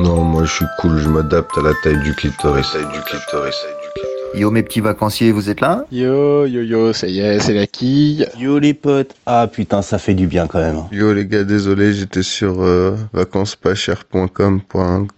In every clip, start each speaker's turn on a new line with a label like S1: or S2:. S1: Non, moi je suis cool, je m'adapte à la taille du clitoris.
S2: Essaye du clitoris, essaye du clitoris.
S3: Yo mes petits vacanciers, vous êtes là
S4: Yo, yo, yo, ça y est, c'est la quille.
S5: Yo les potes, ah putain ça fait du bien quand même.
S1: Yo les gars, désolé, j'étais sur euh, vacances-pas-cher.com.org.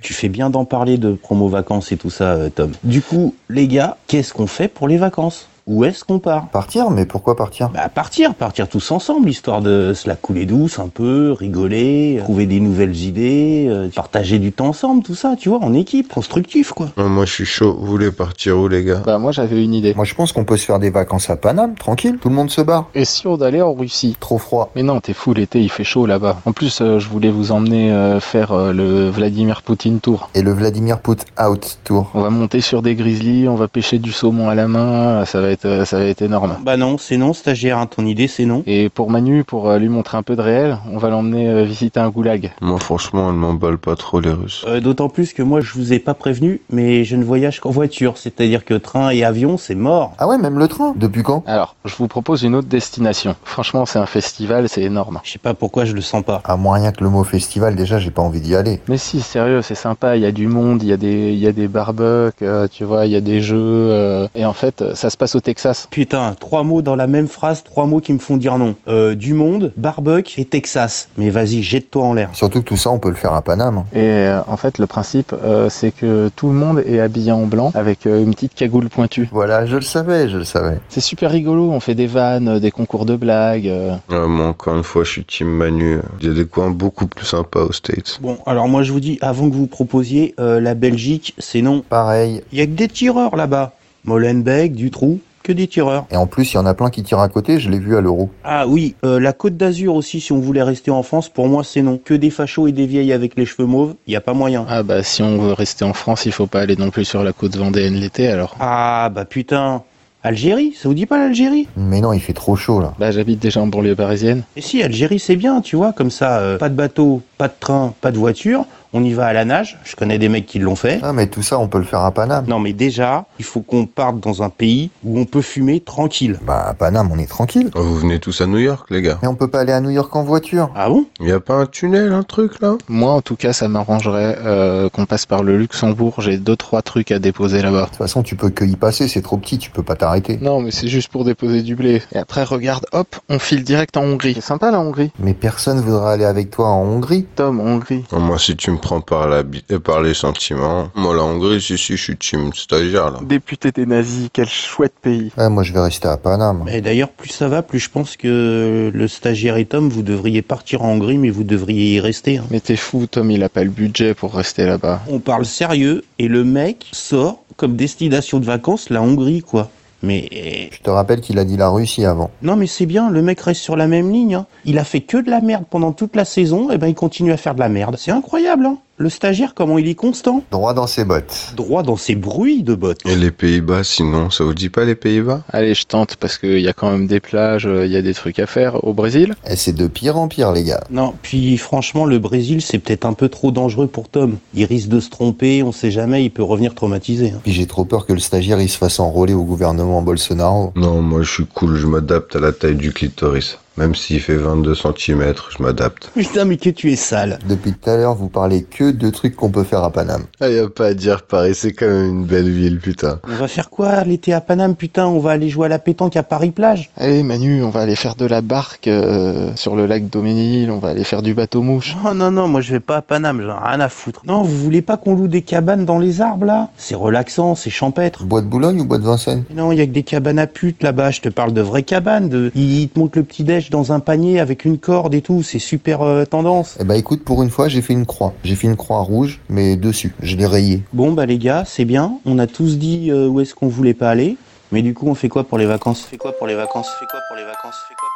S5: Tu fais bien d'en parler de promo vacances et tout ça, euh, Tom. Du coup, les gars, qu'est-ce qu'on fait pour les vacances Où est-ce qu'on part
S3: Partir, mais pourquoi partir
S5: Bah partir, partir tous ensemble, histoire de se la couler douce un peu, rigoler, euh, trouver des nouvelles idées, euh, partager du temps ensemble, tout ça, tu vois, en équipe, constructif quoi.
S1: Non, moi je suis chaud, vous voulez partir où les gars
S4: Bah moi j'avais une idée.
S3: Moi je pense qu'on peut se faire des vacances à Paname, tranquille, tout le monde se barre.
S4: Et si on allait en Russie
S3: Trop froid.
S4: Mais non, t'es fou, l'été il fait chaud là-bas. En plus, euh, je voulais vous emmener euh, faire euh, le Vladimir Poutine Tour.
S3: Et le Vladimir Put Out Tour.
S4: On va monter sur des grizzlies, on va pêcher du saumon à la main, ça va être, euh, ça va être énorme.
S5: Bah non, c'est non stagiaire, hein, ton idée c'est non.
S4: Et pour Manu, pour euh, lui montrer un peu de réel, on va l'emmener euh, visiter un goulag.
S1: Moi franchement, elle m'emballe pas trop les Russes.
S5: Euh, D'autant plus que moi je vous ai pas prévenu, mais je ne voyage qu'en voiture, c'est-à-dire que train et avion c'est mort.
S3: Ah ouais, même le train Depuis quand
S4: Alors, je vous propose une autre destination. Franchement, c'est un festival, c'est énorme.
S5: Je sais pas pourquoi je le sens pas.
S3: À moins rien que le mot festival, déjà j'ai pas envie d'y aller.
S4: Mais si, sérieux, c'est sympa, il y a du monde, il y a des, il y a des barbecues, euh, tu vois, il y a des jeux. euh, et en fait, euh, ça se passe au Texas.
S5: Putain, trois mots dans la même phrase, trois mots qui me font dire non. Euh, du monde, barbecue et Texas. Mais vas-y, jette-toi en l'air.
S3: Surtout que tout ça, on peut le faire à Paname.
S4: Et euh, en fait, le principe, euh, c'est que tout le monde est habillé en blanc avec euh, une petite cagoule pointue.
S3: Voilà, je le savais, je le savais.
S4: C'est super rigolo, on fait des vannes, euh, des concours de blagues. euh.
S1: Ouais, Ah, moi encore une fois, je suis team Manu. Il y a des coins beaucoup plus sympas aux States.
S5: Bon, alors moi je vous dis, avant que vous proposiez, euh, la Belgique, c'est non.
S3: Pareil.
S5: Il y a que des tireurs là-bas. Molenbeek, Dutroux, que des tireurs.
S3: Et en plus, il y en a plein qui tirent à côté, je l'ai vu à l'euro.
S5: Ah oui, euh, la Côte d'Azur aussi, si on voulait rester en France, pour moi c'est non. Que des fachos et des vieilles avec les cheveux mauves, il y a pas moyen.
S4: Ah bah si on veut rester en France, il faut pas aller non plus sur la côte vendéenne l'été alors.
S5: Ah bah putain, Algérie, ça vous dit pas l'Algérie
S3: Mais non, il fait trop chaud là.
S4: Bah j'habite déjà en banlieue parisienne.
S5: Et si, Algérie c'est bien, tu vois, comme ça, euh, pas de bateau, pas de train, pas de voiture, on y va à la nage, je connais des mecs qui l'ont fait.
S3: Ah mais tout ça, on peut le faire à Paname.
S5: Non mais déjà, il faut qu'on parte dans un pays où on peut fumer tranquille.
S3: Bah à Paname, on est tranquille.
S1: Oh, vous venez tous à New York les gars
S3: Mais on peut pas aller à New York en voiture.
S5: Ah bon
S1: Y a pas un tunnel, un truc là
S4: Moi, en tout cas, ça m'arrangerait euh, qu'on passe par le Luxembourg. J'ai deux trois trucs à déposer là-bas.
S3: De toute façon, tu peux que y passer, c'est trop petit, tu peux pas t'arrêter.
S4: Non, mais c'est juste pour déposer du blé. Et après, regarde, hop, on file direct en Hongrie. C'est sympa la Hongrie.
S3: Mais personne voudra aller avec toi en Hongrie.
S4: Tom, Hongrie.
S1: Oh, Moi si tu me prends par, la bi- euh, par les sentiments, moi la Hongrie, si si, je suis team stagiaire là.
S4: Député des nazis, quel chouette pays.
S3: Ouais, Eh, moi je vais rester à Paname.
S5: Et d'ailleurs, plus ça va, plus je pense que le stagiaire et Tom, vous devriez partir en Hongrie, mais vous devriez y rester. hein.
S4: Mais t'es fou, Tom, il a pas le budget pour rester là-bas.
S5: On parle sérieux et le mec sort comme destination de vacances la Hongrie, quoi. Mais eh,
S3: Je te rappelle qu'il a dit la Russie avant.
S5: non, mais c'est bien, le mec reste sur la même ligne. hein. Il a fait que de la merde pendant toute la saison, et ben il continue à faire de la merde. C'est incroyable, hein. Le stagiaire, comment il est constant
S3: Droit dans ses bottes.
S5: Droit dans ses bruits de bottes.
S1: Et les Pays-Bas sinon, ça vous dit pas les Pays-Bas
S4: Allez, je tente parce qu'il y a quand même des plages, il y a des trucs à faire au Brésil.
S3: Et Eh, c'est de pire en pire, les gars.
S5: Non, puis franchement, le Brésil, c'est peut-être un peu trop dangereux pour Tom. Il risque de se tromper, on sait jamais, il peut revenir traumatisé. hein.
S3: Puis j'ai trop peur que le stagiaire il se fasse enrôler au gouvernement Bolsonaro.
S1: Non, moi je suis cool, je m'adapte à la taille du clitoris. Même s'il fait 22 cm, je m'adapte.
S5: Putain, mais que tu es sale.
S3: Depuis tout à l'heure, vous parlez que de trucs qu'on peut faire à Paname.
S1: Ah, y a pas à dire, Paris, c'est quand même une belle ville, putain.
S5: On va faire quoi l'été à Paname, putain On va aller jouer à la pétanque à Paris-Plage
S4: Allez, Manu, on va aller faire de la barque euh, sur le lac Doménil, on va aller faire du bateau mouche.
S5: Oh non, non, moi je vais pas à Paname, j'en ai rien à foutre. Non, vous voulez pas qu'on loue des cabanes dans les arbres, là C'est relaxant, c'est champêtre.
S3: Bois de Boulogne ou bois de Vincennes
S5: Mais Non, il y a que des cabanes à putes là-bas, je te parle de vraies cabanes. De... Ils te montent le petit-déj dans un panier avec une corde et tout, c'est super euh, tendance.
S3: Eh bah écoute, pour une fois, j'ai fait une croix. J'ai fait une croix rouge, mais dessus, je l'ai rayée.
S5: Bon bah les gars, c'est bien, on a tous dit euh, où est-ce qu'on voulait pas aller, mais du coup on fait quoi pour les vacances Fait quoi pour les vacances Fait quoi pour les vacances Fait quoi pour les vacances